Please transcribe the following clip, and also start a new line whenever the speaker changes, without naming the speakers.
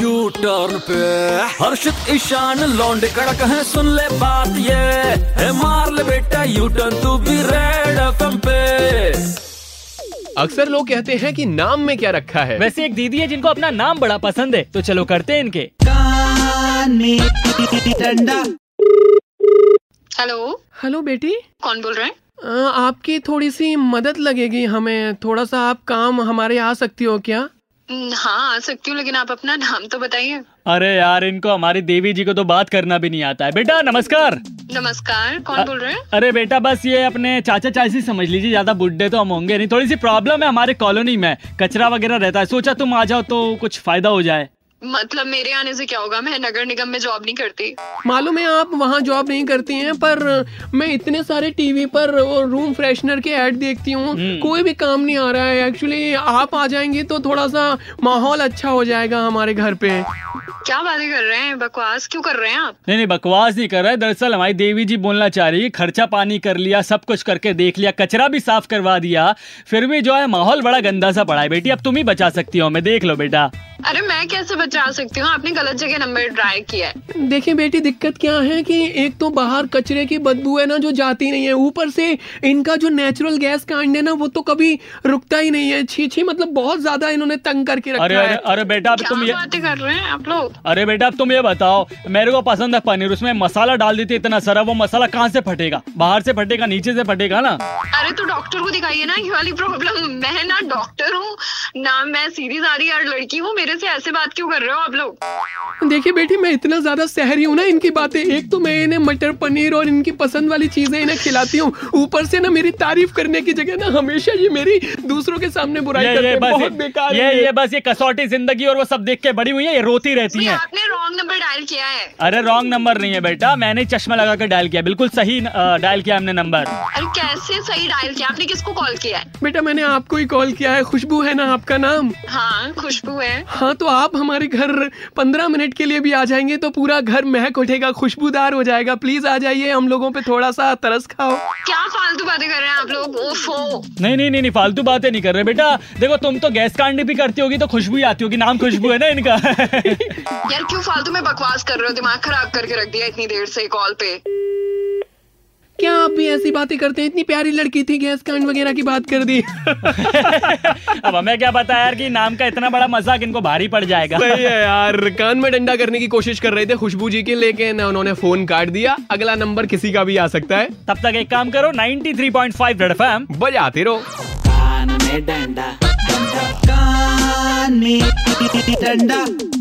you turn पे हर्षित ईशान लौंडे कड़क है सुन ले बात ये है मार ले बेटा यू टर्न तू भी रेड एफएम पे
अक्सर लोग कहते हैं कि नाम में क्या रखा है
वैसे एक दीदी है जिनको अपना नाम बड़ा पसंद है तो चलो करते हैं इनके
हेलो
हेलो बेटी
कौन बोल रहे हैं
अ, आपकी थोड़ी सी मदद लगेगी हमें थोड़ा सा आप काम हमारे आ सकती हो क्या
हम्म, हाँ आ सकती हूँ लेकिन आप अपना नाम तो बताइए
अरे यार इनको हमारी देवी जी को तो बात करना भी नहीं आता है बेटा नमस्कार
नमस्कार कौन बोल रहे हैं
अरे बेटा बस ये अपने चाचा चाची समझ लीजिए ज्यादा बुढ़े तो हम होंगे नहीं थोड़ी सी प्रॉब्लम है हमारे कॉलोनी में कचरा वगैरह रहता है सोचा तुम आ जाओ तो कुछ फायदा हो जाए
मतलब मेरे आने से क्या होगा मैं नगर निगम में जॉब नहीं करती
मालूम है आप वहाँ जॉब नहीं करती हैं पर मैं इतने सारे टीवी पर और रूम फ्रेशनर के ऐड देखती हूँ कोई भी काम नहीं आ रहा है एक्चुअली आप आ जाएंगे तो थोड़ा सा माहौल अच्छा हो जाएगा हमारे घर पे
क्या बातें कर रहे हैं बकवास क्यों कर रहे हैं आप
नहीं नहीं बकवास नहीं कर रहा है दरअसल हमारी देवी जी बोलना चाह रही है खर्चा पानी कर लिया सब कुछ करके देख लिया कचरा भी साफ करवा दिया फिर भी जो है माहौल बड़ा गंदा सा पड़ा है बेटी अब तुम ही बचा सकती हो हमें देख लो बेटा
अरे मैं कैसे बचा सकती हूँ आपने गलत जगह नंबर ट्राई किया है
देखिए बेटी दिक्कत क्या है कि एक तो बाहर कचरे की बदबू है ना जो जाती नहीं है ऊपर से इनका जो नेचुरल गैस कांड है ना वो तो कभी रुकता ही नहीं है छी छी मतलब बहुत ज्यादा इन्होंने तंग करके रखा
अरे
है
अरे अरे बेटा अब तुम
क्या
ये
बातें कर रहे हैं आप लोग
अरे बेटा अब तुम ये बताओ मेरे को पसंद है पनीर उसमें मसाला डाल देते इतना सारा वो मसाला कहाँ से फटेगा बाहर से फटेगा नीचे से फटेगा ना
अरे तो डॉक्टर को दिखाइए ना ये वाली प्रॉब्लम मैं ना डॉक्टर हूँ ना मैं सीधी सारी यार लड़की हूँ मेरे से ऐसे बात क्यों कर रहे हो आप लोग
देखिए बेटी मैं इतना ज्यादा सहरी हूँ ना इनकी बातें एक तो मैं इन्हें मटर पनीर और इनकी पसंद वाली चीजें इन्हें खिलाती हूँ ऊपर से ना मेरी तारीफ करने की जगह ना हमेशा ये मेरी दूसरों के सामने बुराई
ये
करते
ये
हैं बहुत
बस
बेकार
ये
है
ये बस ये कसौटी जिंदगी और वो सब देख के बड़ी हुई है ये रोती रहती
नहीं,
है
आपने रॉन्ग नंबर डायल किया है
अरे रॉन्ग नंबर नहीं है बेटा मैंने ही चश्मा लगा कर डायल किया बिल्कुल सही डायल किया हमने नंबर
अरे कैसे सही डायल किया आपने किसको कॉल किया है
बेटा मैंने आपको ही कॉल किया है खुशबू है ना आपका नाम
हाँ खुशबू है
हाँ तो आप हमारे घर पंद्रह मिनट के लिए भी आ जाएंगे तो पूरा घर महक उठेगा खुशबूदार हो जाएगा प्लीज आ जाइए हम लोगों पे थोड़ा सा तरस खाओ
क्या फालतू बातें कर रहे हैं आप लोग ओफो
नहीं नहीं नहीं नहीं फालतू बातें नहीं कर रहे बेटा देखो तुम तो गैस कांड भी करती होगी तो खुशबू ही आती होगी नाम खुशबू है ना इनका
यार क्यों फालतू में बकवास कर रहे हो दिमाग खराब करके रख दिया इतनी देर से कॉल पे
क्या आप भी ऐसी बातें करते हैं इतनी प्यारी लड़की थी गैस कांड वगैरह की बात कर दी
अब हमें क्या पता यार कि नाम का इतना बड़ा मजाक इनको भारी पड़ जाएगा
सही है यार कान में डंडा करने की कोशिश कर रहे थे खुशबू जी के लेकिन उन्होंने फोन काट दिया अगला नंबर किसी का भी आ सकता है
तब तक एक काम करो 93.5 थ्री पॉइंट फाइव
बजाते रहो
कान में डंडा डंडा कान में डंडा